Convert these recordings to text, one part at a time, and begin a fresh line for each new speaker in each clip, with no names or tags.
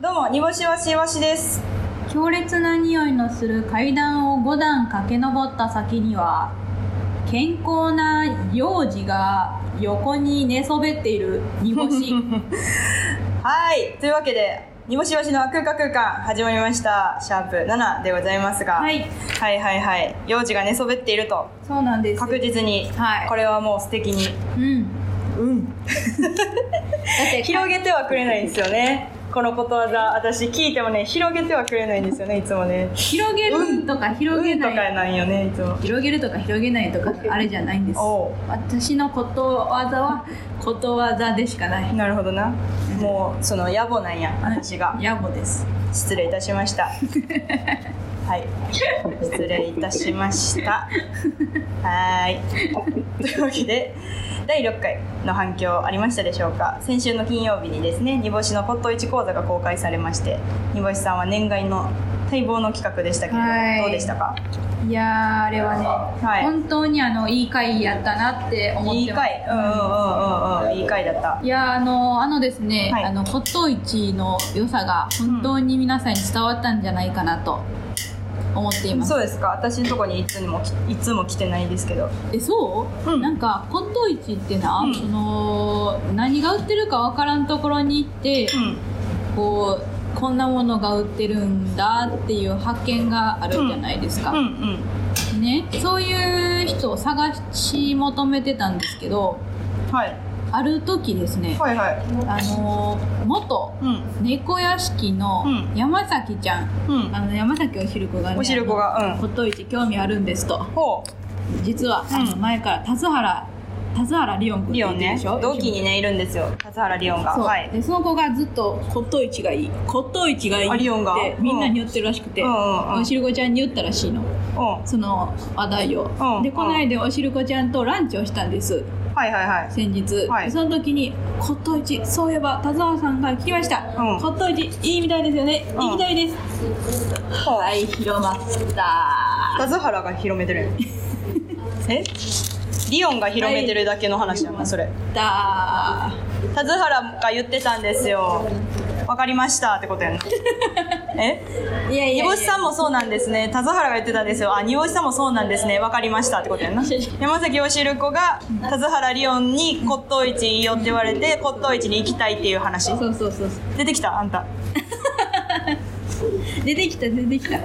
どうも、煮干しわしわしです。
強烈な匂いのする階段を5段駆け上った先には健康な幼児が横に寝そべっている煮干し
はい。というわけで、煮干しわしの空間空間始まりました。シャープ7でございます が。
はい
はいはいはい幼児が寝そべっていると。
そうなんですよ
確実に、
はい
これはもう素敵に。
うん
うん。
だって
広げてはくれないんですよね。このことわざ、私聞いてもね、広げてはくれないんですよね、いつもね。
広げるとか
う
広げ
んと
ない、
かなんよね、いつも。
広げるとか広げないとかあれじゃないんです
おう
私のことわざはことわざでしかない
なるほどな。もう、その、野暮なんや、私が。
野暮です
失礼いたしま した。はい、失礼いたしました。はーい。というわけで、第6回の反響ありましたでしょうか。先週の金曜日にですね、煮干しの骨董市講座が公開されまして、煮干しさんは念願の待望の企画でしたけ
は
れ
い
ど、どうでしたか。
いやーあれはね、
い
本当にあのいい回やったなって思ってます
いい回、うんうんうんうんうん、いい回だった。
いやーあのあのですね、
はい
あの骨董市の良さが本当に皆さんに伝わったんじゃないかなと思っています、
そうですか。私のとこにいつもきいつも来てないですけど。
えそう、
うん
なんか骨董市ってな、
うん
その何が売ってるかわからんところに行って、
うん。
こうこんなものが売ってるんだっていう発見があるじゃないです
うんう
か、
ん。
ねそういう人を探し求めてたんですけど
はい。
ある時ですね、
はいはい。
あの元
うん
猫屋敷の
うん
山崎ちゃん、
うん。
あの山崎おしるこがね
おしるこが
あの
うん
骨董市興味あるんですと
ほ
実は、
うん
あの前から田津原田津原リオン君
うリオン
って言ってる
ね
でしょ
同期にねいるんですよ笠原リオンが
そう、
はい
でその子がずっと骨董市がいい骨董市がいい
あリオンが
ってみんなに言ってるらしくて、
うんうんうん
おしるこちゃんに言ったらしいの
うん
その話題を、
うん
でこの間おしるこちゃんとランチをしたんです
はいはいはい
先日、
はい
その時に「骨董市そういえば田沢さんが聞きました、
うん
骨董市いいみたいですよね、
うん
行きたいです」
ほう
はい広まった
笠原が広めてるえリオンが広めてるだけの話やなそれ
だ
田津原が言ってたんですよわかりましたってことや なえ
いやい
煮
やいや
干しさんもそうなんですね田津原が言ってたんですよあ煮干しさんもそうなんですねわかりましたってことやな山崎おしるこが田津原リオンに骨董市いいよって言われて骨董市に行きたいっていう話
そうそうそうそう
出てきたあんた
出てきた出てきた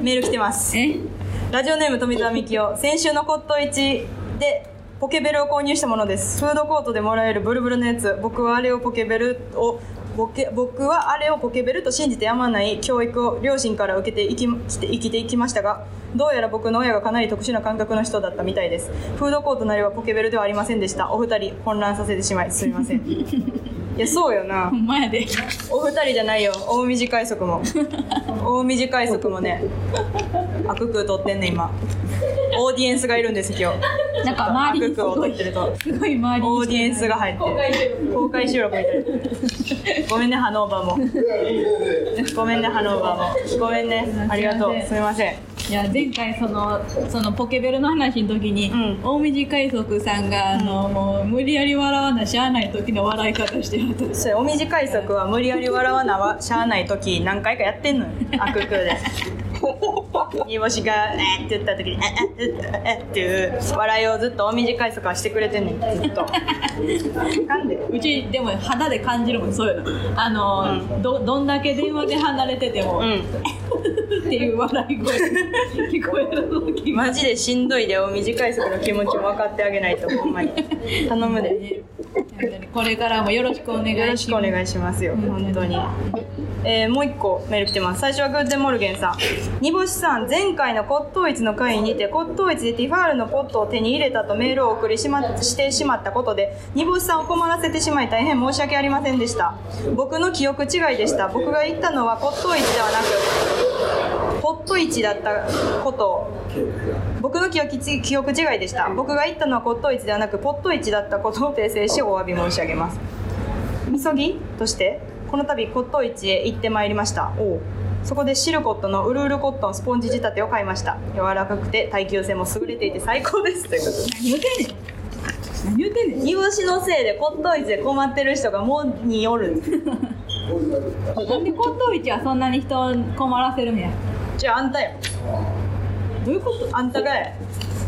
メール来てます
え
ラジオネーム富澤美樹夫先週の骨董市でポケベルを購入したものですフードコートでもらえるブルブルのやつ僕はあれをポケベルをボケ僕はあれをポケベルと信じてやまない教育を両親から受けて生き生きて生きていきましたがどうやら僕の親がかなり特殊な感覚の人だったみたいですフードコートなりはポケベルではありませんでしたお二人混乱させてしまいすみませんいやそうよな
ほんまやで
お二人じゃないよ大短い 速も大短い速もね悪空取ってんね今オーディエンスがいるんです今日
なんか周りにす
悪空を
ご
取
い
ってると
すごい周りに
オーディエンスが入ってる公開収録みたいなごめんねハノーバーもごめんねハノーバーもごめんねありがとうすみません
いや前回そのそのポケベルの話の時に、
うん
大道海賊さんがあの、もう無理やり笑わなしゃあない時の笑い方してはった
それお短い速は無理やり笑わなはしゃあない時何回かやってんのよ悪空で煮干しが「えっ」って言った時に「えっえっえっ」っていう笑いをずっとお短い速はしてくれてんねんずっとなんで
うちでも肌で感じるもんそういうのあの、どどんだけ電話で離れてても、
う
っていう笑い声聞こえる時
んマジでしんどいでお短い速の気持ちも分かってあげないとほんまに頼むで
これから もよろしくお願いします
よろしくお願いしますよ本当に、えーもう一個メール来てます最初はグッデンモルゲンさん煮干しさん前回の骨董市の会にて骨董市でティファールのポットを手に入れたとメールを送りし,、ま、してしまったことで煮干しさんを困らせてしまい大変申し訳ありませんでした僕の記憶違いでした僕が言ったのは骨董市ではなくポット市だったことを僕の記憶ち記憶違いでした僕が言ったのは骨董市ではなくポット市だったことを訂正しお詫び申し上げます急ぎとしてこの度骨董市へ行ってまいりましたおうそこでシルコットのウルウルコットンスポンジ仕立てを買いました柔らかくて耐久性も優れていて最高 ですということで
何言うてんねん何言うてんねん
煮干しのせいで骨董市で困ってる人がもうによる
なんで骨董市はそんなに人を困らせるんや
じゃああんたよどういうことあんたがや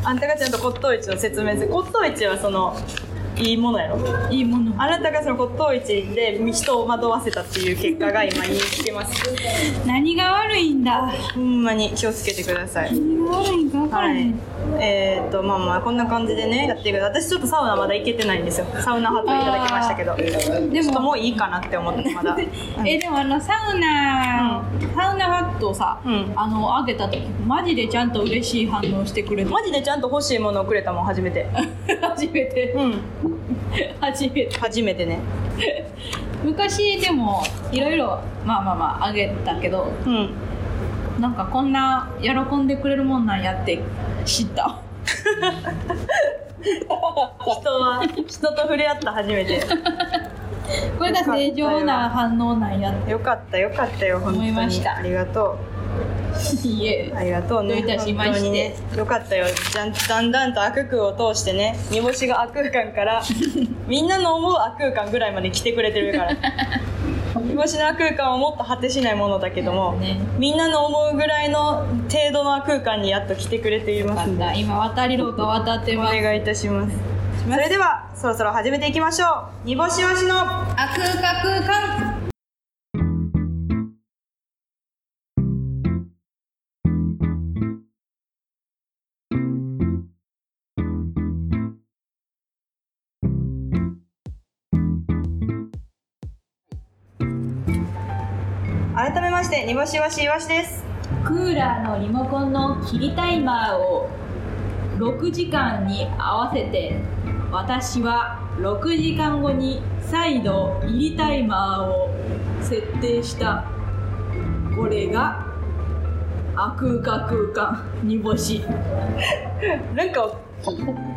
あんたがちゃんと骨董市の説明する骨董市はそのいいものやろ
いいもの
あなたがその骨董市で人を惑わせたっていう結果が今言い聞けます
何が悪いんだ
ほんまに気をつけてください
何が悪いんか分から
は
へ
い
ん、、
えー、とまあまあこんな感じでねやっていく私ちょっとサウナまだ行けてないんですよサウナハットいただきましたけど
で
ちょっと
も
もういいかなって思ってま だ
えでもあのサウナ、サウナハットをさ、
うん
あのあげた時マジでちゃんと嬉しい反応してくれた
マジでちゃんと欲しいものをくれたもん初めて
初めて
うん
初めて
初めてね
昔でもいろいろまあまあまああげたけど
うん
なんかこんな喜んでくれるもんなんやって知 った
人は人と触れ合った初めて
これが正常な反応なんやって
よかったよかったよ本当に
思いました
ありがと
いいえ
うありがとうね
どういたしまして
本当にねよかったよじゃんだんだんと悪空を通してね煮干しが悪空間から みんなの思う悪空間ぐらいまで来てくれてる から煮干しの悪空間はもっと果てしないものだけども、
ね
みんなの思うぐらいの程度の悪空間にやっと来てくれてい
よ
ま
か
す
っ
んで
た今渡り廊下渡って
お
ます
願いいたしますそれではそろそろ始めていきましょう煮干しわしの
あ空間空間
改めまして煮干しわしいわしです
クーラーのリモコンの切りタイマーを6時間に合わせて私は6時間後に再度入りタイマーを設定したこれがあ空間空間煮干し
なんか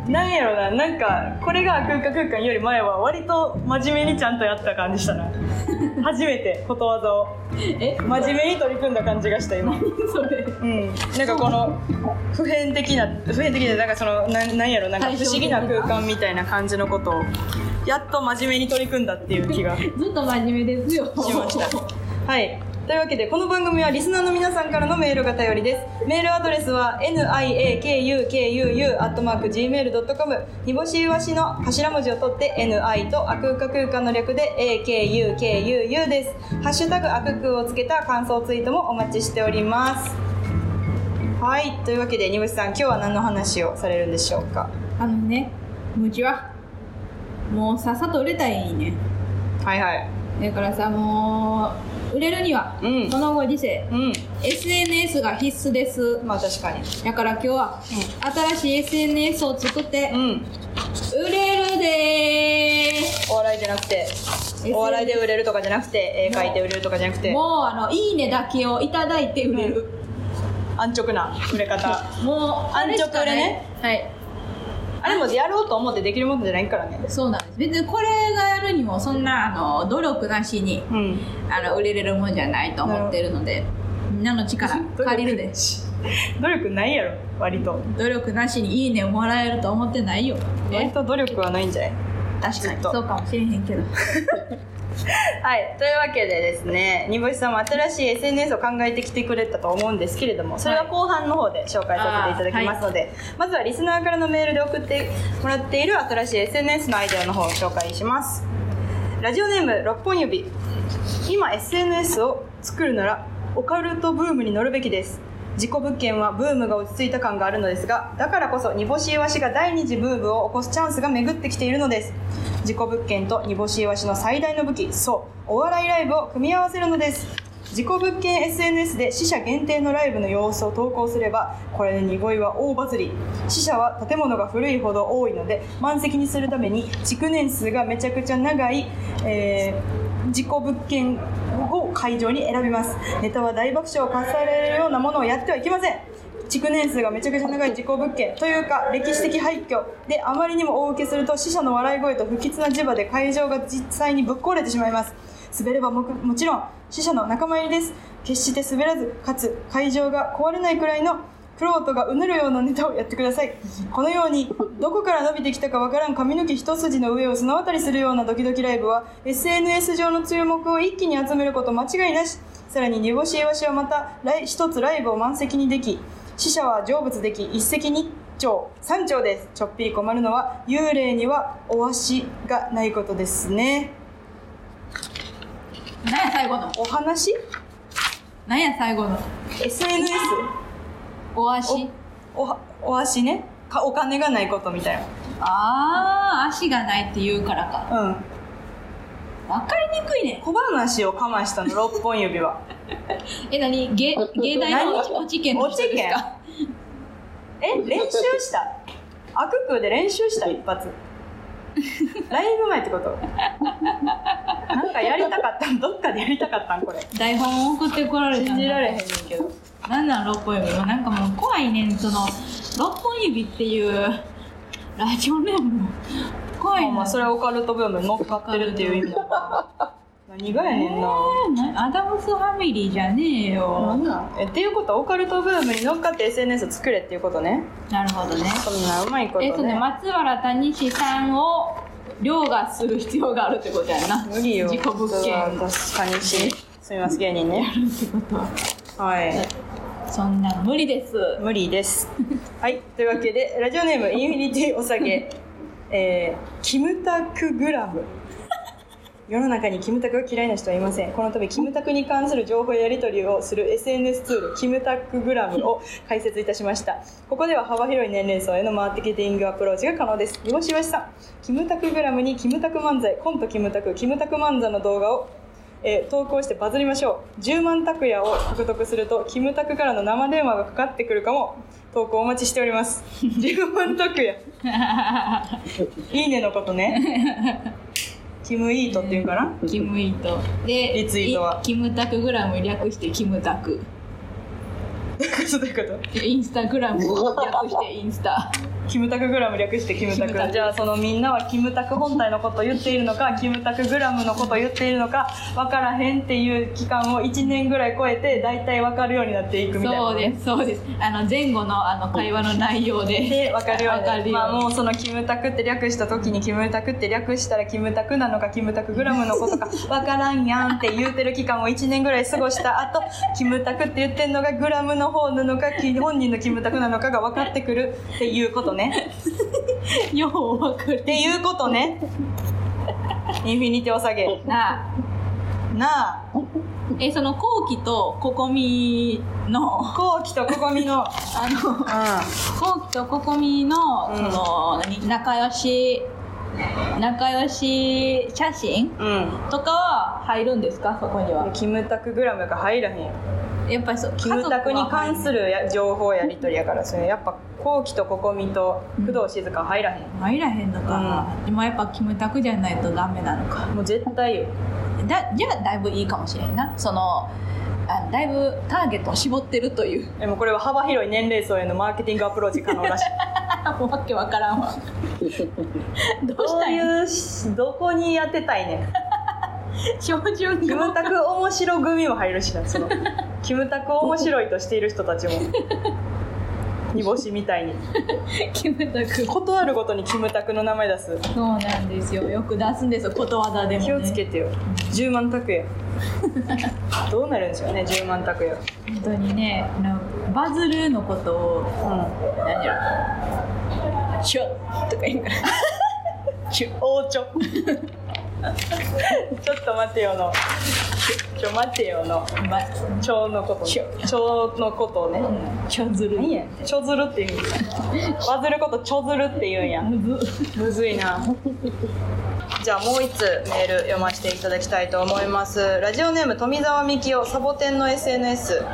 なんやろななんかこれが空間空間より前は割と真面目にちゃんとやった感じした な初めてことわざを
え
真面目に取り組んだ感じがした今
それ
うんなんかこの普遍的な普遍的でなんかそのなんなんやろなんか不思議な空間みたいな感じのことをやっと真面目に取り組んだっていう気がし
ずっと真面目ですよ。
ましたはいというわけでこの番組はリスナーの皆さんからのメールが頼りですメールアドレスは niakukuu.gmail.com にぼしいわしの頭文字を取って ni とあくうか空間の略で akukuu ですハッシュタグあくくをつけた感想ツイートもお待ちしておりますはいというわけでにぼしさん今日は何の話をされるんでしょうか
あのね、ムチは、もうさっさと売れたらいいね。
はいはい
だからさ、もう、売れるには、
うん
このご時世、
う
SNS が必須です
ん。まあ確かに
だから今日は、新しい SNS を作って
う、ん
売れるで
お笑いじゃなくてお笑いで売れるとかじゃなくて絵描いて売れるとかじゃなく
ー
て
もう、あの、いいねだけをいただいて売れる。
安直な売れ方
もう、あれしかない
安
はい。
あれもやろうと思ってできるもんじゃないからね
そうなんです。別にこれがやるにも、そんな、あの、努力なしに、
うん
あの売れれるもんじゃないと思ってるのでみんなの力借りるで
努力ないやろ割と
努力なしにいいねをもらえると思ってないよ
割と努力はないんじゃない
確
かに
そうかもしれへんけど
はいというわけでですね煮干しさんも新しい SNS を考えてきてくれたと思うんですけれどもそれは後半の方で紹介させていただきますので、まずはリスナーからのメールで送ってもらっている新しい SNS のアイデアの方を紹介しますラジオネーム六本指今 SNS を作るならオカルトブームに乗るべきです事故物件はブームが落ち着いた感があるのですがだからこそ煮干しイワシが第二次ブームを起こすチャンスが巡ってきているのです事故物件と煮干しイワシの最大の武器そうお笑いライブを組み合わせるのです事故物件 SNS で死者限定のライブの様子を投稿すればこれで濁いは大バズり死者は建物が古いほど多いので満席にするために築年数がめちゃくちゃ長い、えー事故物件を会場に選びますネタは大爆笑をかっされるようなものをやってはいけません築年数がめちゃくちゃ長い事故物件というか歴史的廃墟であまりにも大受けすると死者の笑い声と不吉な磁場で会場が実際にぶっ壊れてしまいます滑ればもくもちろん死者の仲間入りです決して滑らずかつ会場が壊れないくらいのくろうとがうぬるようなネタをやってくださいこのようにどこから伸びてきたかわからん髪の毛一筋の上を綱渡りするようなドキドキライブは SNS 上の注目を一気に集めること間違いなしさらに煮干しイワシはまた来一つライブを満席にでき死者は成仏でき一石二鳥三鳥ですちょっぴり困るのは幽霊にはお足がないことですね
何や最後の
お話
何や最後の
SNS
お足
おはお足ねかお金がないことみたい
ああ足がないって言うからか
なうん
分かりにくいね
小話をかましたの6本指は
え何芸芸大の落ち券の人ですか
え練習した悪空で練習した一発ライブ前ってことなんかやりたかったんどっかでやりたかったんこれ
台本送ってこられた
信
ん
じ
だ
られへんねんけど
なんなん六本指なんかもう怖いねんその六本指っていうラジオネームも怖
ま
いな
あまあそれはオカルトブームに乗っかってるっていう意味だから何がやねんな、
えーなアダムスファミリーじゃねえよ
えっていうことはオカルトブームに乗っかって SNS を作れっていうことね
なるほどね
そんなうまいことね,、
えっとね松原谷志さんを凌駕する必要があるってことやな
無理よ
自己物
それは
件
確かにしすみます芸人 ね
ってことは
はい
そんなん無理です
無理です はいというわけでラジオネームインフィニティお酒えー、キムタクグラ ム世の中にキムタクが嫌いな人はいませんこの度キムタクに関する情報やり取りをする SNS ツールキムタクグラムを開設いたしましたここでは幅広い年齢層へのマーケティングアプローチが可能です煮干しわしさんキムタクグラムにキムタク漫才コントキムタクキムタク漫才の動画をえー投稿してバズりましょう10万タクヤを獲得するとキムタクからの生電話がかかってくるかも投稿お待ちしております10万タ クヤいいねのことねキムイートっていうかな
キムイートで
リツイートはい
キムタクグラム略してキムタク
どういうことどういうこと
でインスタグラム略してインスタ
キムタクグラム略してキムタク
キムタク
じゃあそのみんなはキムタク本体のことを言っているのかキムタクグラムのことを言っているのか分からへんっていう期間を1年ぐらい超えて大体分かるようになっていくみたいな
そうですそうですあの前後のあの会話の内容で
で分かるように
わかるように
まあもうそのキムタクって略した時にキムタクって略したらキムタクなのかキムタクグラムのこと か分からんやんって言うてる期間を1年ぐらい過ごした後キムタクって言ってんのがグラムの方なのかき本人のキムタクなのかが分かってくるっていうことね
よう分かる
っていうことねインフィニティお下げ
なあ
なあ
えその後期とココミの
後期とここみの
あの
う
後期とココミのその、何仲良し仲良し写真
ん
とかは入るんですかそこに
うん
は
キムタクグラムが入らへんよ
やっぱりそう
キムタクに関す
る
るや情報やり取りやからそれやっぱ後期とここみと工藤静香入らへん、
入らへんのか、でもやっぱキムタクじゃないとダメなのか
もう絶対よ
だじゃあだいぶいいかもしれんなそのあだいぶターゲットを絞ってるという
でもこれは幅広い年齢層へのマーケティングアプローチ可能らしい
もうわけわから んわどう
ど
した
う
い
いうしどこに当てたいねん
標準
キ
語
ムタク面白組も入るしなそのキムタクを面白いとしている人たちも煮干しみたいに
キムタク
ことあるごとにキムタクの名前出す
そうなんですよよく出すんですよことわざでも、ね、
気をつけてよ10万拓也どうなるんでしょうね10万拓也
本当にねあのバズるのことを
うん
何やろちょとか言うから
ちゅおうちょちょっと待てよのちょ待てよの
ま
蝶のこと
蝶
蝶のことをね
うんちょずる
何や蝶ずるって言うん やバズること蝶ずるって言うんや
むず
むずいなじゃあもう一つメール読ませていただきたいと思いますラジオネーム富澤美樹夫サボテンの SNS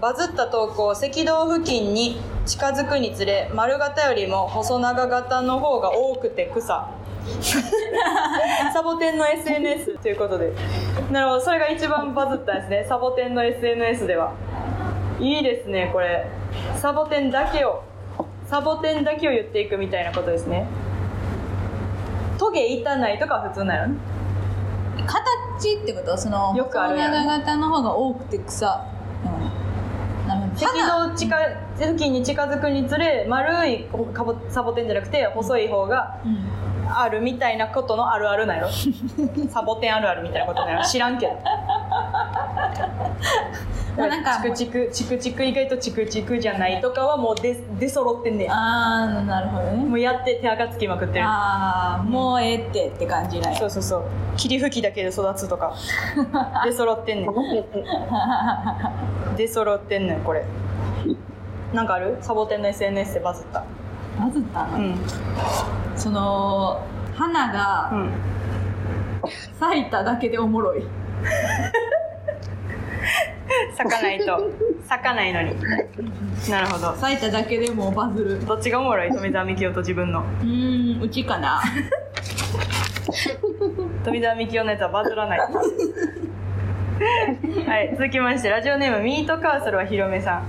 バズった投稿赤道付近に近づくにつれ丸型よりも細長型の方が多くて草サボテンの SNS ということでなるほどそれが一番バズったんですねサボテンの SNS ではいいですねこれサボテンだけをサボテンだけを言っていくみたいなことですねトゲいたないとかは普通なのね
形ってことその
よくあるやん
細長型の方が多くて草、うん、なるほど
赤道近付近に近づくにつれ丸いかぼサボテンじゃなくて細い方があるみたいなことのあるある なんやろサボテンあるあるみたいなことなんやろ知らんけど
まあなんか
チクチクチクチク意外とチクチクじゃないとかはもう出出揃ってんねん
ああなるほどね
もうやって手垢つきまくってる
ああもうええってって感じない
そうそうそう霧吹きだけで育つと か出揃ってんねん出揃ってんねんこれなんかあるサボテンの SNS でバズった
バズった
う
の、
ん
その花
う
が
ん
咲いただけでおもろい
咲かないと咲かないのになるほど
咲いただけでもうバズる
どっちがおもろい富澤美樹夫と自分の
うーんうちかな
富澤美樹夫のやつはバズらないはい続きましてラジオネームミートカーソルはひろめさん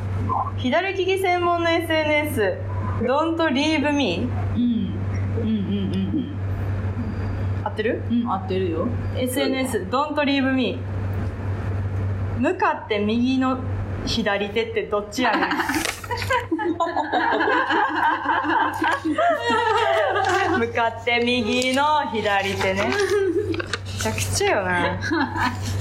左利き専門の SNS「Don't Leave Me
うんうんうんうん」
合ってる
うんうん合ってるよ
SNS「Don't Leave Me」向かって右の左手ってどっちやねん向かって右の左手ねめちゃくちゃよな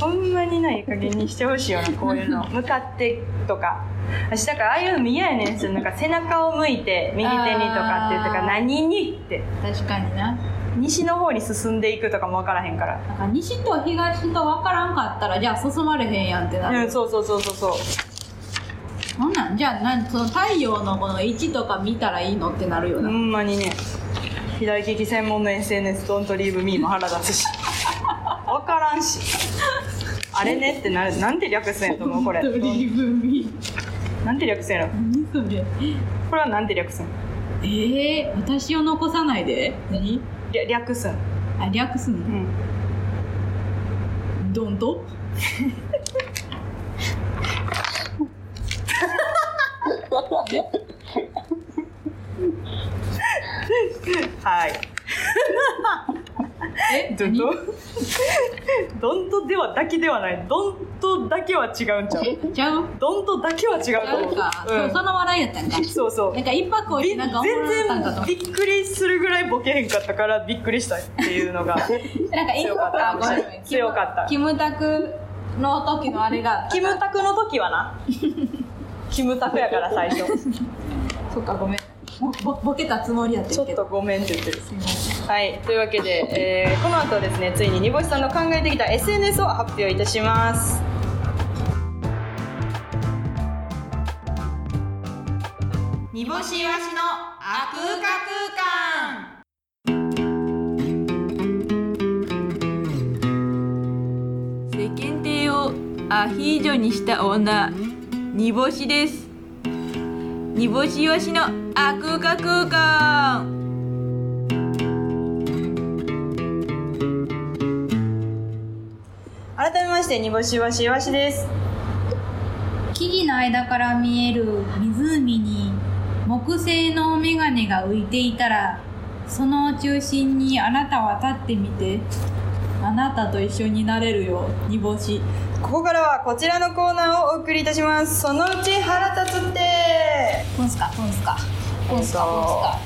ほんまにないい加減にしてほしいよなこういうの向かってとか私だからああいうの嫌やねんすよなんか背中を向いて右手にとかって言ったから
あー
何にって
確かにな
西の方に進んでいくとかも分からへんから
なんか西と東と分からんかったらじゃあ進まれへんやんってなる、
うん、そうそうそうそうそう
なんなんじゃあなんその太陽のこの位置とか見たらいいのってなるよ
ほ
な、
んまにね左利き専門の SNS ドントリーブミーも腹立つし 分からんしあれねってなるなんて略すんやと思うこれ
ドリブミ
なんて略すんやろ
何それ
これはなんて略すん
ええー、私を残さないで何
りゃ略すん
あ略す
う
の
ん
ドンと
はい
え
ドンと ドンとではだけではないドンとだけは違うんちゃう
何ちゃう
ドンとだけは違
ち
うと
ゃ
思
う
う
か、そうその笑いやったんか
うん、そうそう
なんか一泊置いて
び
なん
全
かおもろかった
然
んかと思っ
びっくりするぐらいボケへんかったからびっくりしたっていうのが
てなんか一
強かっ
泊
た
あごめんごめん
強かった
キムタクの時のあれが
キムタクの時は なキムタクやから最初
そっかごめんぼぼボケたつもりやっ て
ちょ
る
っ
け
と
ど
ごめんって言ってる
すいません
はいというわけで、えーこの後はですねついに煮干しさんの考えてきた SNS を発表いたします
煮干しわしのあくうか空間世間体をアヒージョにした女煮干しです煮干しわしのあくうか空間
改めまして煮干しわしわしです
木々の間から見える湖に木製のメガネが浮いていたらその中心にあなたは立ってみてあなたと一緒になれるよ煮干し
ここからはこちらのコーナーをお送りいたしますそのうち腹立つって
ポンスかポンスかポンスか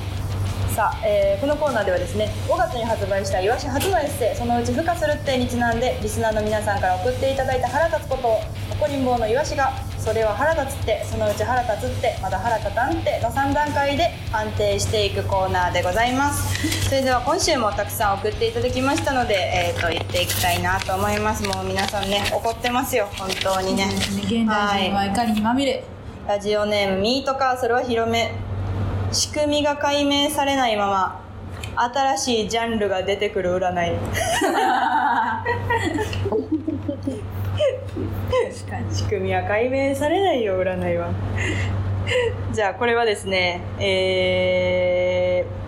さあ、えーこのコーナーではですね5月に発売したイワシ初のエッセイ「そのうち孵化する」ってにちなんでリスナーの皆さんから送っていただいた腹立つことを怒りん坊のイワシが「それは腹立つってそのうち腹立つってまだ腹立たんって」の3段階で判定していくコーナーでございますそれでは今週もたくさん送っていただきましたので、えー、と言っていきたいなと思いますもう皆さんね怒ってますよ本当にね
そうですね現代人は怒りにまみれ、
ラジオネームミートカーソルは広め仕組みが解明されないまま新しいジャンルが出てくる占い
確かに
仕組みは解明されないよ占いは じゃあこれはですねえー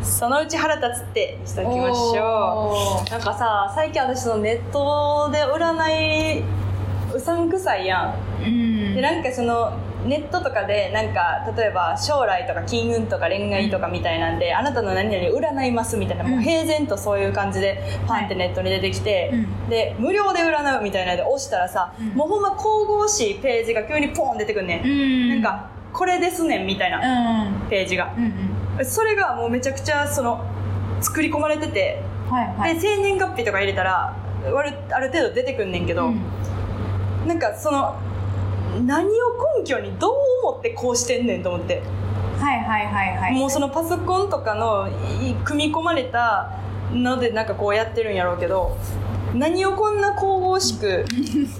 そのうち腹立つってにしときましょうなんかさ最近私そのネットで占いうさんくさいやん
ううん
でなんかそのネットとかでなんか例えば将来とか金運とか恋愛とかみたいなんで、あなたの何々占いますみたいな、もう平然とそういう感じでパンってネットに出てきて、
うん
で無料で占うみたいなので押したらさ、
うん
もうほんま神々しいページが急にポン出てくんね、
うん
ん、なんかこれですねんみたいな
う
ページが
んうん
それがもうめちゃくちゃその作り込まれてて、
はいはい
で生年月日とか入れたら割るある程度出てくんねんけど、
うん
なんかその何を根拠にどう思ってこうしてんねんと思って、
はいはいはいはい
もうそのパソコンとかのい組み込まれたのでなんかこうやってるんやろうけど何をこんな神々しく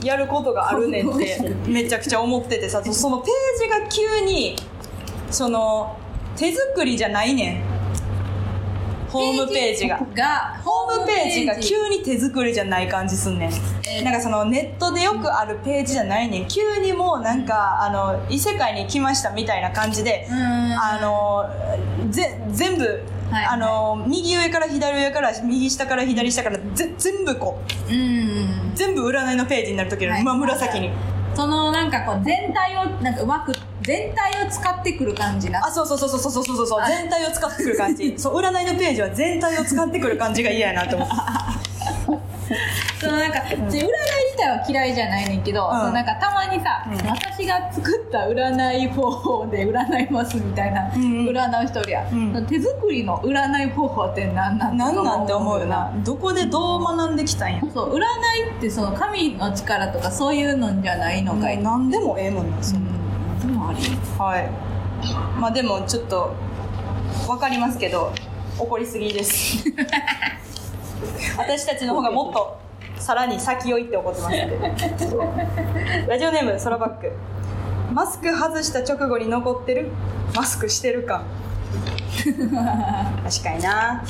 やることがあるねんっ
神
てめちゃくちゃ思っててさそのページが急にその手作りじゃないねんホームページが。
が
ホームページが
ホームペ
急に手作りじゃない感じすんねん、
えー
なんかそのネットでよくあるページじゃないねん急にもうなんかあの異世界に来ましたみたいな感じで
う、ん
あのぜ全部、
はい
あの右上から左上から右下から左下からぜ全部こう
うん
全部占いのページになる時の、
はい
まあ、紫に、
そのなんかこう全体をなんかうまく全体を使ってくる感じな
あそうそうそうそうそうそうそうそう全体を使ってくる感じ そう占いのページは全体を使ってくる感じが嫌やなと思って
そのなんか、占い自体は嫌いじゃないねんけど、
うん
そのなんかたまにさ、
うん
私が作った占い方法で占いますみたいな、
うんうん
占う人おるや、
うん
手作りの占い方法って何なん
何なんて思うよなどこでどう学んできたんや
そう占いってその神の力とかそういうのじゃないのかい、うん
何でもええもんなんですよ、
でもあり
はいまあでもちょっと分かりますけど怒りすぎです 私たちの方がもっとさらに先を行って怒ってますんでラジオネームソラバックマスク外した直後に残ってるマスクしてる 感確かにな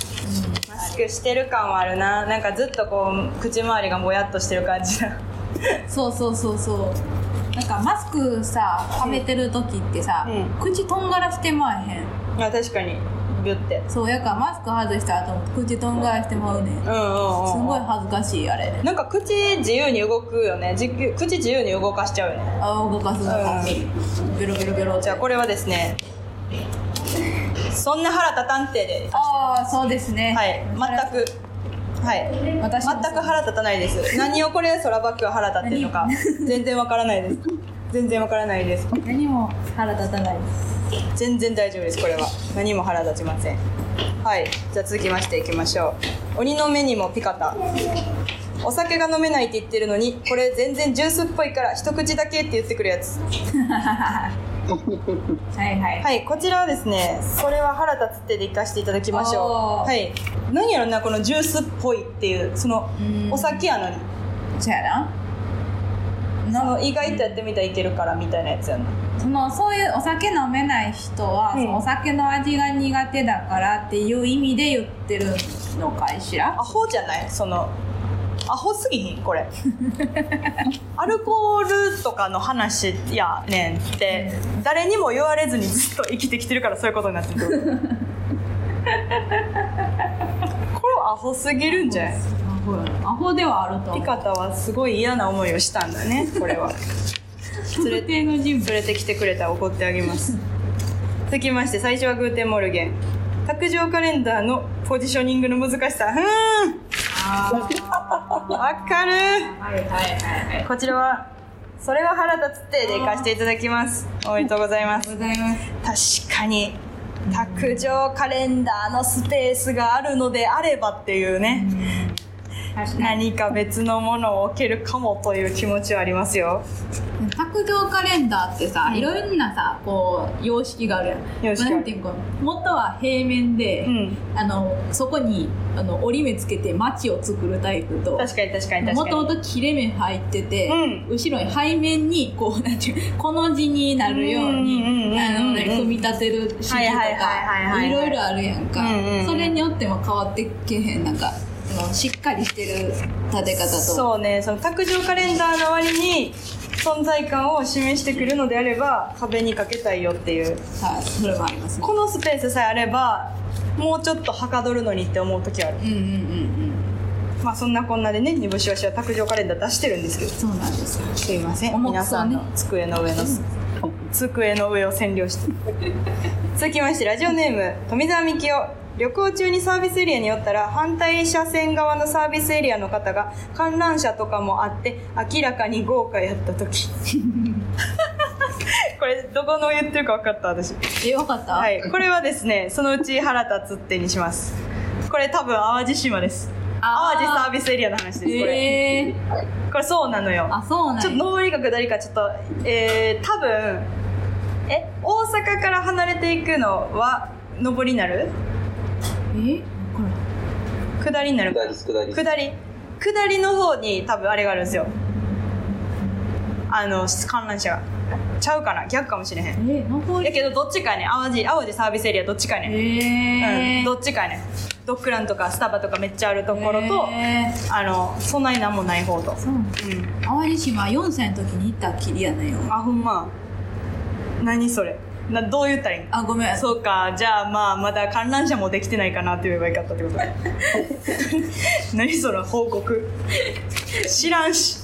マスクしてる感はあるななんかずっとこう口周りがぼやっとしてる感じな
そうそうそうそうなんかマスクさはめてる時ってさ、
うん
口とんがらしてまえへん
いや確かにビュって
そうやからマスク外した後も口とんがらしてまうねん
うんうんうん
すごい恥ずかしいあれ
なんか口自由に動くよねじ口自由に動かしちゃうよね
あ動かす動かすベロベロベロ
じゃあこれはですねそんな腹立たんてで
ああそうですね
はい全くはい
く私も
全く腹立たないです何をこれ空バックは腹立ってるのか全然わからないです全然わからないです
何も腹立たないです
全然大丈夫ですこれは何も腹立ちませんはいじゃあ続きましていきましょう鬼の目にもピカタお酒が飲めないって言ってるのにこれ全然ジュースっぽいから一口だけって言ってくるやつ
はいはい、
はい、こちらはですね、それは腹立つってで行かせていただきましょ
おー
う。はい。何やろな、このジュースっぽいっていう、その
うん、
お酒やのに。
そやな
その意外とやってみたらいけるからみたいなやつやな。
そのそういうお酒飲めない人は、
うん
そのお酒の味が苦手だからっていう意味で言ってるのかいしら
アホじゃないその、アホすぎひんこ れ。アルコールとかの話やねんって、誰にも言われずにずっと生きてきてるからそういうことになってる。これ アホすぎるんじゃない
アホやなアホではあると
ピ
思う
カタはすごい嫌な思いをしたんだねこれは連れ
特定の人物
連れてきてくれたら怒ってあげます続きまして最初はグーテンモルゲン卓上カレンダーのポジショニングの難しさう
あー
ーんわかる
はいはいはいはい
こちらはそれは腹立つってで行かせていただきますおめでとうございま
ありがと
す
うございます
確かに卓上カレンダーのスペースがあるのであればっていうね、
確かに
何か別のものを置けるかもという気持ちはありますよ
卓上カレンダーってさ、
うん
いろんなさこう様式があるや
様
ん
式ある
なんていうか元は平面で、
うん
あのそこにあの折り目つけて街を作るタイプと
確かに確かに確かに
もともと切れ目入ってて、
うん
後ろに背面にこうなんていうこの字になるように
うんうんうんうんうん
あのなんか組み立てる式と
はいはいはいはいは
か
い
いろいろあるやんか、
うんうんうん
それによっても変わってけへんなんかあのしっかりしてる立て方と
そうねその卓上カレンダーの割に存在感を示してくるのであれば壁にかけたいよっていう
はいそれもありますね
このスペースさえあればもうちょっとはかどるのにって思う時はある
うんうんうんうん
まあそんなこんなでね煮干しわしは卓上カレンダー出してるんですけど
そうなんですよ
すいません
重
皆
くそ
さ
うんね
の机の上のす机の上を占領して続きましてラジオネーム富澤美樹夫旅行中にサービスエリアに寄ったら反対車線側のサービスエリアの方が観覧車とかもあって明らかに豪華やった時 これどこの言ってるか分かった私
え、わかった
はい、これはですね、そのうち腹立つってにします。これ多分淡路島です。
あー
淡路サービスエリアの話です、これ。
えー、
これそうなのよ。
あ、そうなん
ちょっと上
や
りか下りかちょっと、えー、多分、え、大阪から離れていくのは上りになる
えこれ
下りになる
下り下り
下り。下りの方に多分あれがあるんですよ。あの、観覧車が。ちゃうかな逆かもしれへん。
え、なんか
やけどどっちかやねん淡路、淡路サービスエリアどっちかやねん。
え
う
ー、
ん、どっちかやねんドッグランとかスタバとかめっちゃあるところと、
えー
あのそんなになんもない方と
そうな
う
ん
ん
淡路島4歳の時に行ったきりやねんよ
あほんま何それなどう言ったらいいん
あ、ごめん
そうかじゃあまあまだ観覧車もできてないかなって言えばよかったってこと 何それ報告知らんし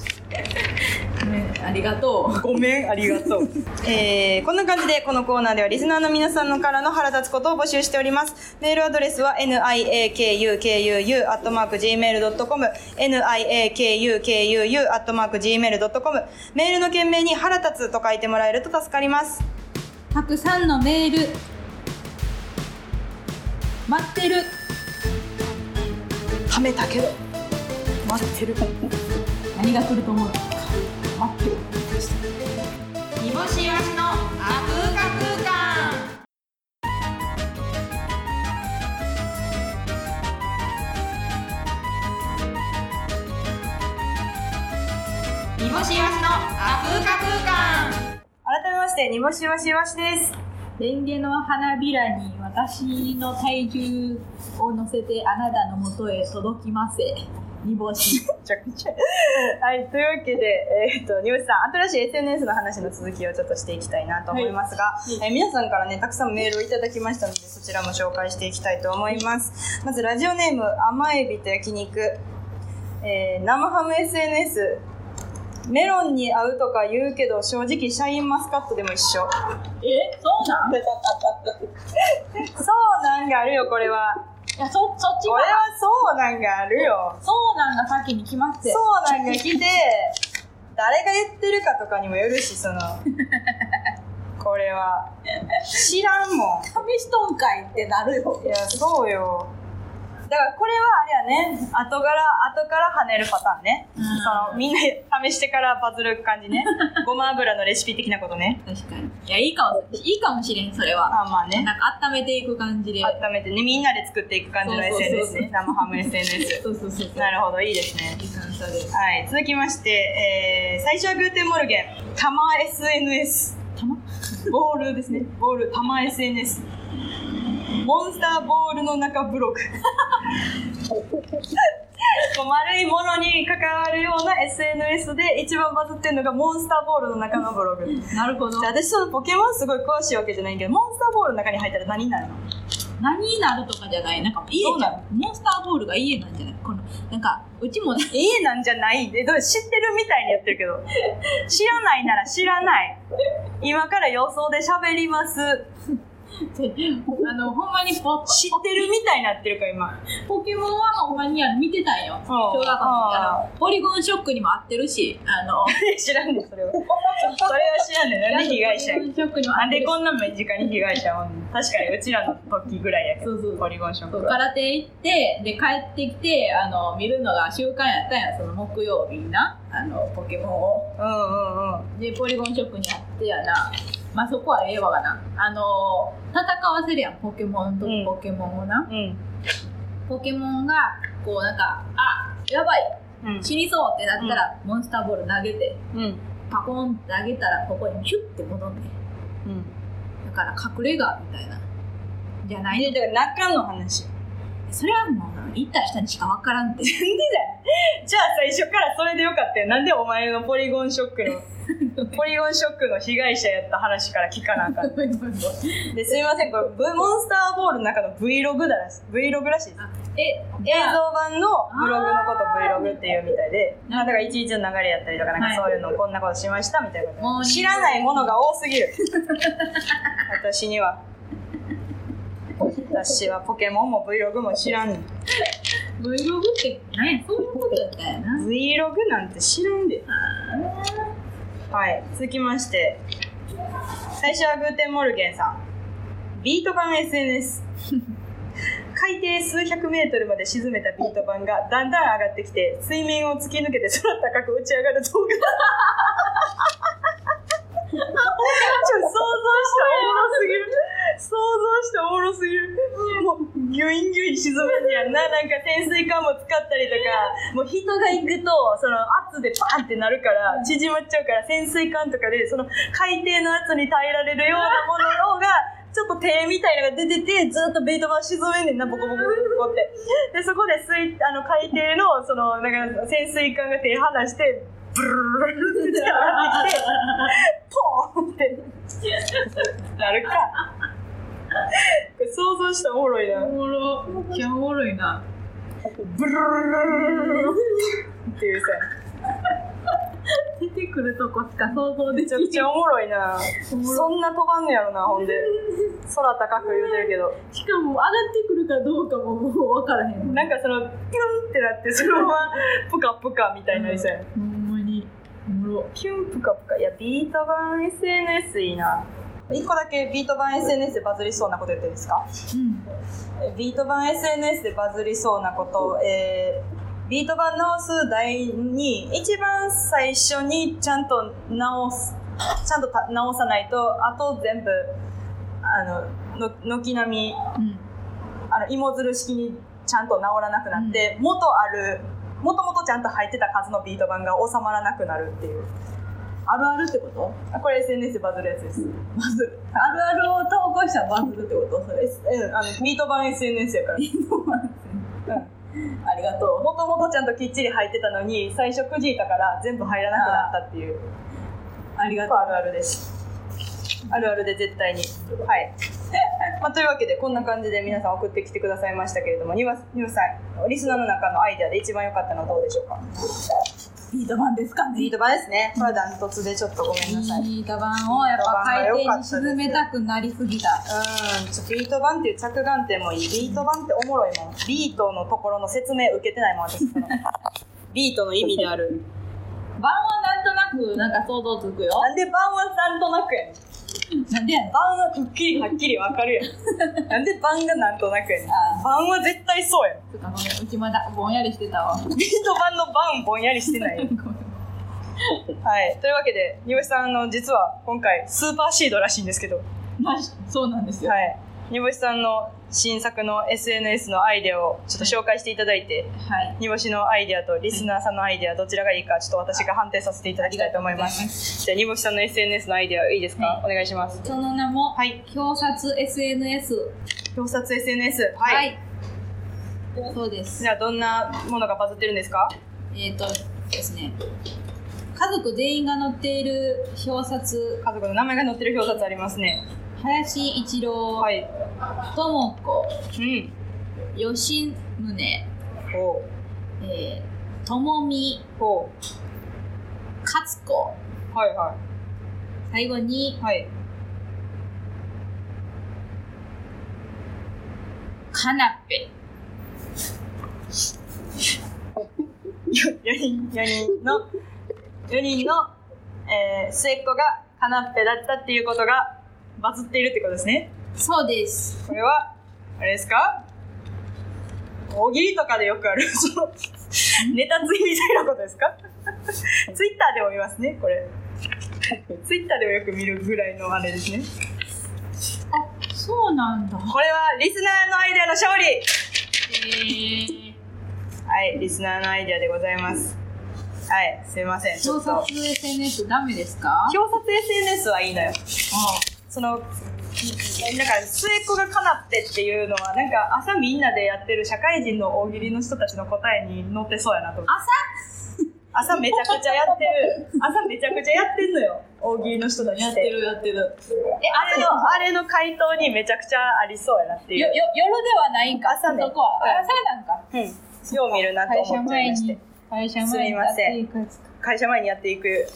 ごめんありがとう
ごめん、ありがとう。えー、こんな感じで、このコーナーではリスナーの皆さんのからの腹立つことを募集しております。メールアドレスは niakukuu.gmail.com、niakukuu.gmail.com、メールの件名に腹立つと書いてもらえると助かります。
たくさんのメール待ってる
ためたけど、待ってる。
何が来ると思う待ってる煮干しわしのあふうか空間煮干しわしのあふうか空間
改めまして、煮干しわしわしです。
レンゲの花びらに私の体重を乗せてあなたのもとへ届きませ煮干し
めちゃくちゃ。はい、というわけで、えーっと、におしさん、新しい SNS の話の続きをちょっとしていきたいなと思いますが、えー皆さんからね、たくさんメールをいただきましたので、そちらも紹介していきたいと思います。まず、ラジオネーム、甘エビと焼肉、えー生ハム SNS、メロンに合うとか言うけど、正直、シャインマスカットでも一緒。
えそうなんい
そうなんがあるよ、これは。
やそそっち
これ
が
はそうなんがあるよ。
そうなんが先に来ますって
そう なんが来て、誰が言ってるかとかにもよるし、その、これは。知らんも
試しとんかいってなるよ
ん。いや、そうよ。だからこれはあれやね、後から、後から跳ねるパターンね。
うん
そのみんな試してからバズる感 じね。ごま油のレシピ的なことね。
確かにいやいいかもいいかもしれんそれは
あまあね。
なんか温めていく感じで
温めてね、みんなで作っていく感じの
そうそうそう
SNS ね。生ハム SNS。
そうそうそうそう
なるほど、いいですね。
時間差で
はい、続きまして、えー、最初はグーテンモルゲン、たま SNS、
たま
ボールですね、ボール、たま SNS、モンスターボールの中ブロ グ。こう丸いものに関わるような SNS で一番バズってるのがモンスターボールの中のブログ。
なるほど
私、そのポケモンすごい詳しいわけじゃないけど、モンスターボールの中に入ったら何になるの
何になるとかじゃないなんか家じ
そうな
ゃんモンスターボールが家なんじゃないこのなんかうちもね
家なんじゃないえどう知ってるみたいにやってるけ ど知らないなら知らない今から予想で喋ります
あのほんまにポ
知ってるみたいになってるか今
ポケモンはほんまにあの見てたんよ小学校の時からポリゴンショックにも合ってるしあの
知らんねん それはそれは知らんねんなんで被害者や
ポリゴンショックにも合
な
っ
ん
て
で
る
こんな身近に被害者おんの確かにうちらの時ぐらいやけど
そうそう
ポリゴンショックは
空手行ってで帰ってきてあの見るのが習慣やったんやその木曜日になあのポケモンを
うんうんうん
でポリゴンショックにあってやなまあそこはええわがなあの戦わせるやんポケモンと
うん
ポケモンをな、
うん
ポケモンがこうなんかあやばい
うん
死にそうってなったら、モンスターボール投げて
うん
パコンって投げたらここにヒュッて戻んねん
うん
だから隠れ家みたいなじゃない
でだから中の話なん
それはもう行った人にしか分からんって
でだよじゃあ最初からそれでよかったよなんでお前のポリゴンショックの ポリゴンショックの被害者やった話から聞かなあかんですいませんこれブモンスターボールの中の Vlog だらし Vlog らしいです
あえ、
映像版のブログのこと Vlog っていうみたいで、まあだから一日の流れやったりとか、なんかそういうの、こんなことしましたみたいな
も
こ
う
と。知らないものが多すぎる。私には。私はポケモンも Vlog も知らんねん。
Vlog ってね、そういうことだったよな。
Vlog なんて知らんで。はい、続きまして。最初はグーテンモルゲンさん。ビート板 SNS。海底数百メートルまで沈めたビート板がだんだん上がってきて、水面を突き抜けて空高く打ち上がる動画。ちょっと想像したらおもろすぎる。想像しておもろすぎる。もう、ギュインギュイン沈むんやんな。なんか潜水艦も使ったりとか、もう人が行くと、その圧でバーンってなるから、縮まっちゃうから、潜水艦とかで、その海底の圧に耐えられるようなものの方が、ちょっと手みたいなのが出てて、ずっとベイト板沈めんねんな、ボコボコボコボコって。で、そこで水、あの、海底の、その、なんか潜水艦が手離して、ブルルルルルって上がってきて、ポーンって。なるか。これ想像したらおもろいな
お。もろ、めっちゃおもろいな。
ブルルルルルルっていうさ、
出てくるとこ しか想像で
め
き
ちゃ
な
くちゃおもろいな。そ
おもろい
んな飛ばんねやろな、ほんで。空高く言うてるけど。
い。しかも上がってくるかどうかももう分からへん。
なんかその、ピュンってなって、そのまま、ぷかぷかみたいになりそうやん
ほんまに、おもろ。
キュンプカプカいやビート版 SNS いいな一個だけビート版 SNS でバズりそうなこと言っていいですか
うん。
えビート版 SNS でバズりそうなこと、えービート版直す第に一番最初にちゃんと直すちゃんとた直さないとあと全部あのの軒並み
うん。
あの芋づる式にちゃんと治らなくなって、元あるもともとちゃんと入ってた数のビート板が収まらなくなるっていう
あるあるってこと
あこれ SNS でバズるやつです、
バズる。あるあるを投稿したらバズるってことそれ。
うん、あのビート版 SNS やから
ありがとう。
もともとちゃんときっちり入ってたのに最初くじいたから全部入らなくなったっていう
ありが
あ
とう。
るあるですあるあるで絶対にはい、 まあ、というわけでこんな感じで皆さん送ってきてくださいましたけれどもニューニューさんリスナーの中のアイデアで一番良かったのはどうでしょうか
ビート版ですかね。
ビート版ですねこれはダントツでちょっとごめんなさいうん
ビート版をやっぱ海底に沈めたくなりすぎた。
ちょっとビート版っていう着眼点もいいビート版っておもろいもんビートのところの説明受けてないもん私そのビートの意味である
版はなんとなくなんか想像つくよ。
なんで版はなんとなくやねん
なんでやねん。
版はくっきりはっきりわかるやんなんで版がなんとなくやねん
あ
版は絶対そうやん
ちょっとごめん、うちまだぼんやりしてたわ。
ビート版の版ぼんやりしてないよはいというわけでにぼしさんあの実は今回スーパーシードらしいんですけど
まじ、そうなんですよ。
はいにぼしさんの新作の SNS のアイデアをちょっと紹介していただいて
はい。
煮干しのアイデアとリスナーさんのアイデアどちらがいいかちょっと私が判定させていただきたいと思いますじゃあ煮干しさんの SNS のアイデアいいですか、
は
お願いします
その名も、
はい
表札 SNS。
表札 SNS はい、
はいそうです
じ。ゃあどんなものがバズってるんですか
えっ、とですね。家族全員が載っている表札、
家族の名前が載ってる表札ありますね
林一郎、
はい
智子、
うん
吉宗、
おう
えー、ともみ、
おう
勝子、
はいは
最後に
い、はい
かなっぺ。
4人四人の4人の、えー末っ子がカナッペだったっていうことがバズっているってことですね
そうです。
これはあれですか大喜利とかでよくある そのネタついみたいなことですか ツイッターでも見ますねこれツイッターでもよく見るぐらいのあれですね
あ、そうなんだ。
これはリスナーのアイデアの勝利
えー、
はい、リスナーのアイデアでございます。はい、すみません。ちょ
表
っと。表
札 SNS ダメですか
札 SNS はいいのよ。その、なんか末っ子がかなってっていうのは、なんか朝みんなでやってる社会人の大喜利の人たちの答えに載ってそうやなと思って。
朝
朝めちゃくちゃやってる。朝めちゃくちゃやってんのよ。大喜利の人だ
や
っ
っててるやってる
あれのあれの回答にめちゃくちゃありそうやなってい
よ
う
よ夜ではないんか
朝ね
そこは
うん
あ朝なんか
うん、よう見るなと
会社
思っちゃい
前
まして
に会社前に
すいません
やっていくやつか
会社前にやっていく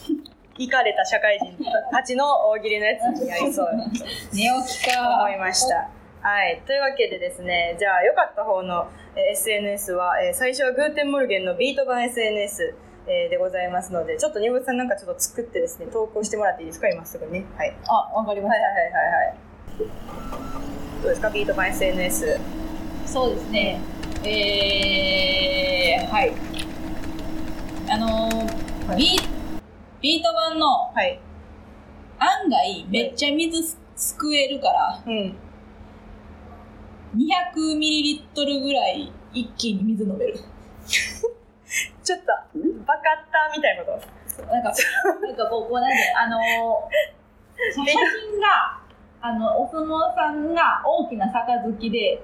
行かれた社会人たちの大喜利のやつにやりそうやなと
寝起きか
思いました。はい、というわけでですねじゃあ良かった方のえー SNS は、えー最初はグーテンモルゲンのビート版 SNS、えーでございますのでちょっとニブさんなんかちょっと作ってですね投稿してもらっていいですか今すぐねはい
あわかりま
は
し
いはいはいはいどうですかビート版 SNS
たそうですねえーはいあのー
はい
ビビート版の
はい
案外めっちゃ水すすくえるから
うん
200ミリリットルぐらい一気に水飲める
ちょっとバカッターみたいなこと
なんか、なんかこう、こうなんで、あのー、写真が、あの、お相撲さんが大きな杯で、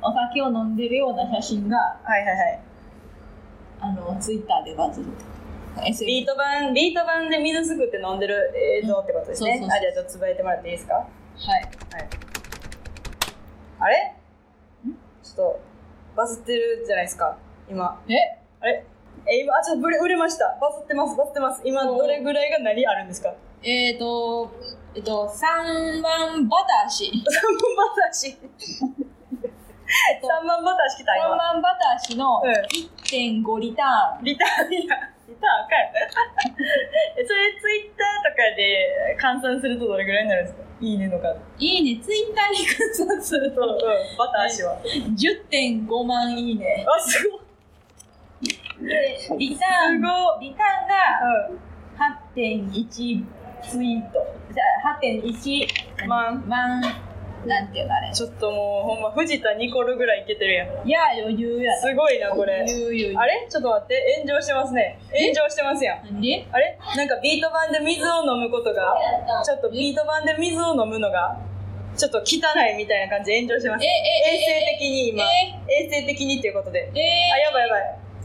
お酒を飲んでるような写真が、
はいはいはい
あの、ツイッターでバズると。
ビ
SNS
ート版ビート版で水すくって飲んでる映像ってことです
うん
ね
そうそうそう
あじゃあちょっとつぶやいてもらっていいですか
はい。
あれちょっとバズってるじゃないですか今
え
あれえ今あちょっとぶれ売れましたバズってますバズってます今
おー
どれぐらいが何あるんですか
えっ、ー、と、えっ、と、3万バターシ。
三万バターし
えっと、
三万バターしきた
3
今
万バターシの
う
1.5リターン。
リターンいやリターンかい えそれツイッターとかで換算するとどれぐらいになるんですかいいねのか
いいね、ツイッターに換算す
うん
る
うん
と、
バターしは
10.5万いいね。
あすごい
で、リター
す
ン、
ごい
リターンが、
うん
8.1ツイートじゃあ8.1
万
万なんていうのあれ
ちょっともうほんま藤田ニコルぐらいいけてるやん
いや余裕や
すごいなこれ
余裕余裕
あれちょっと待って炎上してますね炎上してますやん
なんで
あれなんかビート版で水を飲むことがちょっとビート版で水を飲むのがちょっと汚いみたいな感じで炎上してま
え
す
え
衛生
ええ
的に今
え
衛生的にっていうことで
ええ
あやばいやばい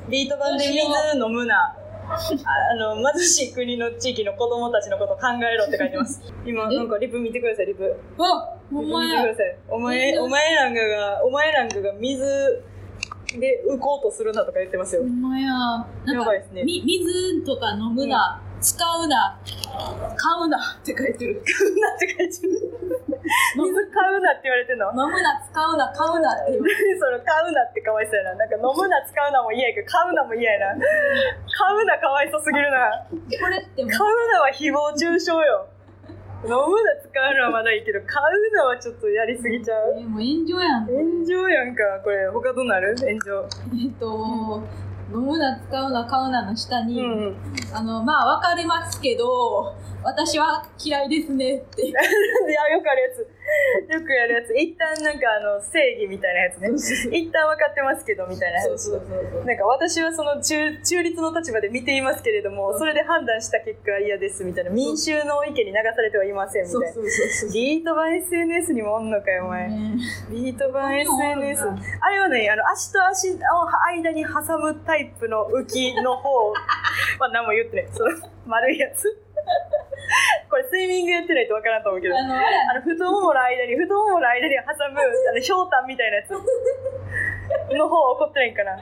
ビート版で水飲むなあの貧しい国の地域の子供たちのことを考えろって書いてます今なんかリプ見てくださいリプ
わほ
見
ん
て
ま
く
や
ださいお前お前らががお前らが水で浮こうとするなとか言ってますよ
ほんまやな
や
んか
ばいですね
み水とか飲むな、使うな買うなって書いてる
買うなって書いてる水買うなって言われてんの
飲むな使うな買うなっていう
その買うなってかわいそうやななんか飲むな使うなも嫌やけど買うなも嫌やな買うなかわいそうすぎるな買
これってもう
うなは誹謗中傷よ飲むな使うなはまだいいけど買うなはちょっとやりすぎちゃう
えもう炎上やん
炎上やんかこれ他どうなる炎上
えっと、飲むな使うな買うなの下
う
に、
んうん
あの、まあ、わかりますけど、私は嫌いですねって。
いやよくあるやつよくやるやつ一旦なんかあの正義みたいなやつね一旦分かってますけどみたいなやつ
そう。
なんか私はその中中立の立場で見ていますけれども、それで判断した結果嫌ですみたいな、民衆の意見に流されてはいませんみた
そう
いな。
そうそう。
ビート版 SNS にもおんのかよ、お前。
ね
ビート版
こんなの
SNS
あるん。
あれはね、あの、足と足の間に挟むタイプの浮きの方。まあ、何も言ってない。 その、丸いやつ。 これ、スイミングやってないとわからんと 思うけど。
あの、あれや
あの太ももの間に太ももの間に挟 むあのひょうたんみたいなやつの方は怒ってないんかな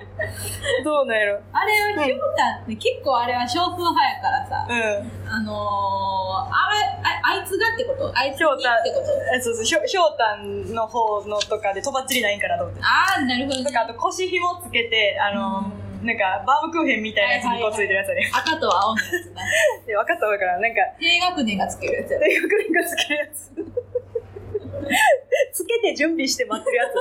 どうなんやろ
あれは、ひょうたんって結構あれは少数派やからさ、
うん
あのー、あれ、ああいつがってことあいつ
ひょ
に
うたん
ってこと
えそうそうひょひょうたんの方のとかでとばっちりないんかなと思って
ああ、なるほど、
と
ね
か。あと腰ひもつけてあのなんかバームクーヘンみたいなやつにこうついてるやつやね
赤と青のやつな。
で分かった分からんなんか
低学年がつけるやつや。
大学年がつけるやつつけて準備して待ってるやつ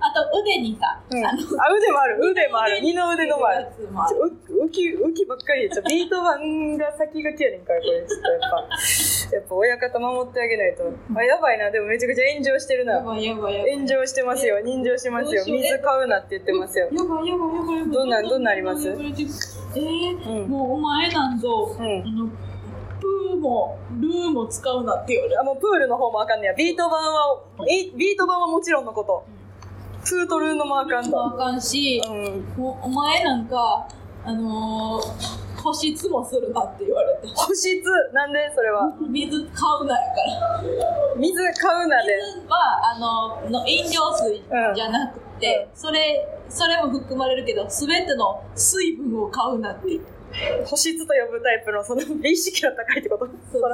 あと、腕にさ、
うん、あ腕もある腕もある二
二
の腕のもある
つもあ
ち
る
ょう浮き浮きばっかりでちょビート版が先がきやねんからこれちょっとやっぱやっぱ親方守ってあげないとあやばいなでもめちゃくちゃ炎上してる
や
な
ばいやばいやばい。
炎上してますよ人上してますよ
どうしよう
水買うなって言ってますよ
やばいやばいやばいやばい。
どんなんどんなんあります
えー
うん
もうお前なんぞ、
うん
あの、プーもルーも使うなって言われる
あもうプールの方もあかんねやビート版はえビート版はもちろんのことプートルーのもあかん
もうあ
と
かんし、
うん
もうお前なんか、あのー保湿もするなって言われた
保湿なんでそれは
水買うなやから
水買うなで
水はあのの飲料水じゃなくて、それそれも含まれるけど全ての水分を買うなって
保湿と呼ぶタイプのそ の美意識が高いってこと その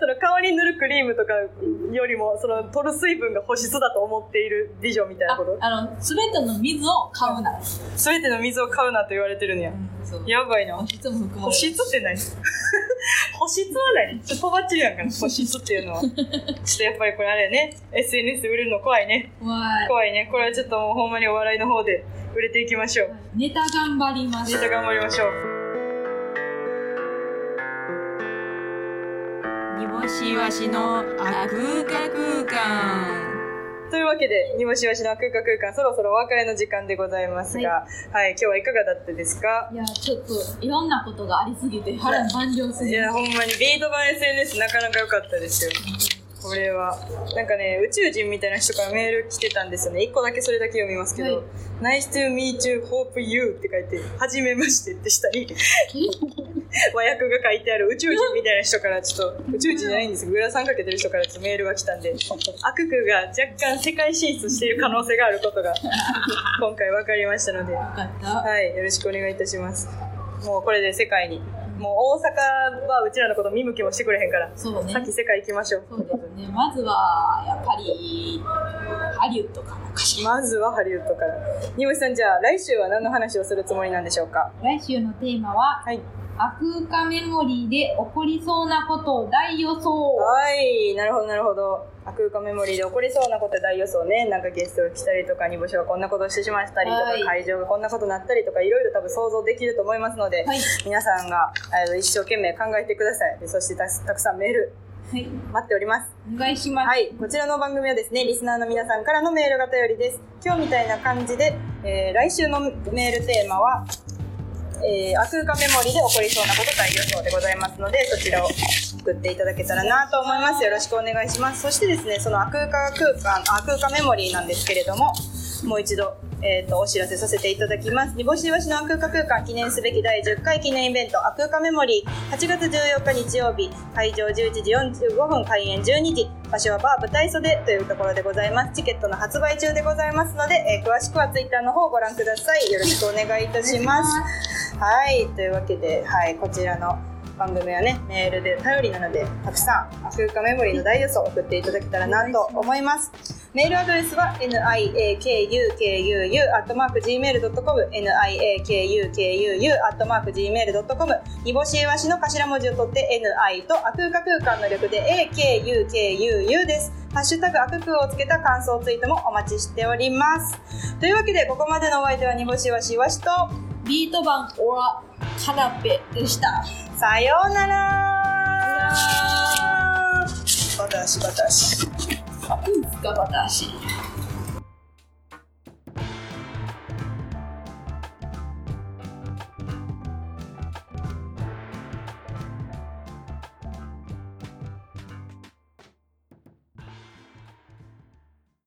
その顔に塗るクリームとかよりもその取る水分が保湿だと思っている美女みたいな
あ
こと
あの全ての水を買うな、
全ての水を買うなと言われてるんや
そう
やばいな
保湿も含ま
保
れる
湿って何 保湿は何ちょっとばっちりやんから保湿っていうのはちょっとやっぱりこれあれやね SNS 売れるの怖いね
わ
怖いねこれはちょっともうほんまにお笑いの方で売れていきましょう
ーネタ頑張りま
ネ
す
タ頑張りましょう
煮干しわしのあ空間空間
というわけで煮干しわしの空間空間そろそろお別れの時間でございますがはい、今日はいかがだったですか
いやちょっといろんなことがありすぎて腹万丈す
い
ぎる
やほんまにビート版 SNS なかなか良かったですよこれはなんかね宇宙人みたいな人からメール来てたんですよね1個だけそれだけ読みますけど「Nice to meet you hope you」って書いて「はじめまして」ってしたり和訳が書いてある宇宙人みたいな人からちょっと宇宙人じゃないんですグラサンかけてる人からちょっとメールが来たんでアククが若干世界進出している可能性があることが今回分かりましたので
よかった
はい、よろしくお願いいたします。もうこれで世界に。もう大阪はうちらのこと見向きもしてくれへんから、
そうね
さっき世界行きましょう。
そうですねまずはやっぱりハリウッドからかしら
まずはハリウッドから。にぼしさん、じゃあ来週は何の話をするつもりなんでしょうか
来週のテーマは
はい。
「悪化メモリーで起こりそうなことを大予想
はい、なるほど、なるほど。悪空間メモリーで起こりそうなこと大予想ね。なんかゲストが来たりとか、にぼしがこんなことしてしまったりとか、
はい
会場がこんなことになったりとか、いろいろ多分想像できると思いますので、
はい
皆さんがあの一生懸命考えてください。でそしてたたくさんメール
はい
待っております。
お願いします、
はい、こちらの番組はですね、リスナーの皆さんからのメールが頼りです。今日みたいな感じで、えー来週のメールテーマは、えー、悪空間メモリで起こりそうなこと大予想でございますので、そちらを送っていただけたらなと思います。よろしくお願いします。そしてですね、その悪空間空間、悪空間メモリーなんですけれども、もう一度、えー、とお知らせさせていただきます煮干しイワシの空間空間記念すべき第10回記念イベント空間メモリー8月14日日曜日会場11時45分開演12時場所はバー舞台袖というところでございますチケットの発売中でございますので、えー詳しくはツイッターの方をご覧くださいよろしくお願いいたしますはいというわけで、はい、こちらの番組はねメールで頼りなのでたくさん空間メモリーの大予想を送っていただけたらなと思いますメールアドレスは niakukuu.gmail.com niakukuu.gmail.com 煮干しえわしの頭文字を取って ni と悪空間空間の略で akukuu ですハッシュタグ悪空をつけた感想ツイートもお待ちしておりますというわけでここまでのお相手は煮干しえわしいわしと
ビート版オラカナペでした
さようならバタ足バタ足
いいですか私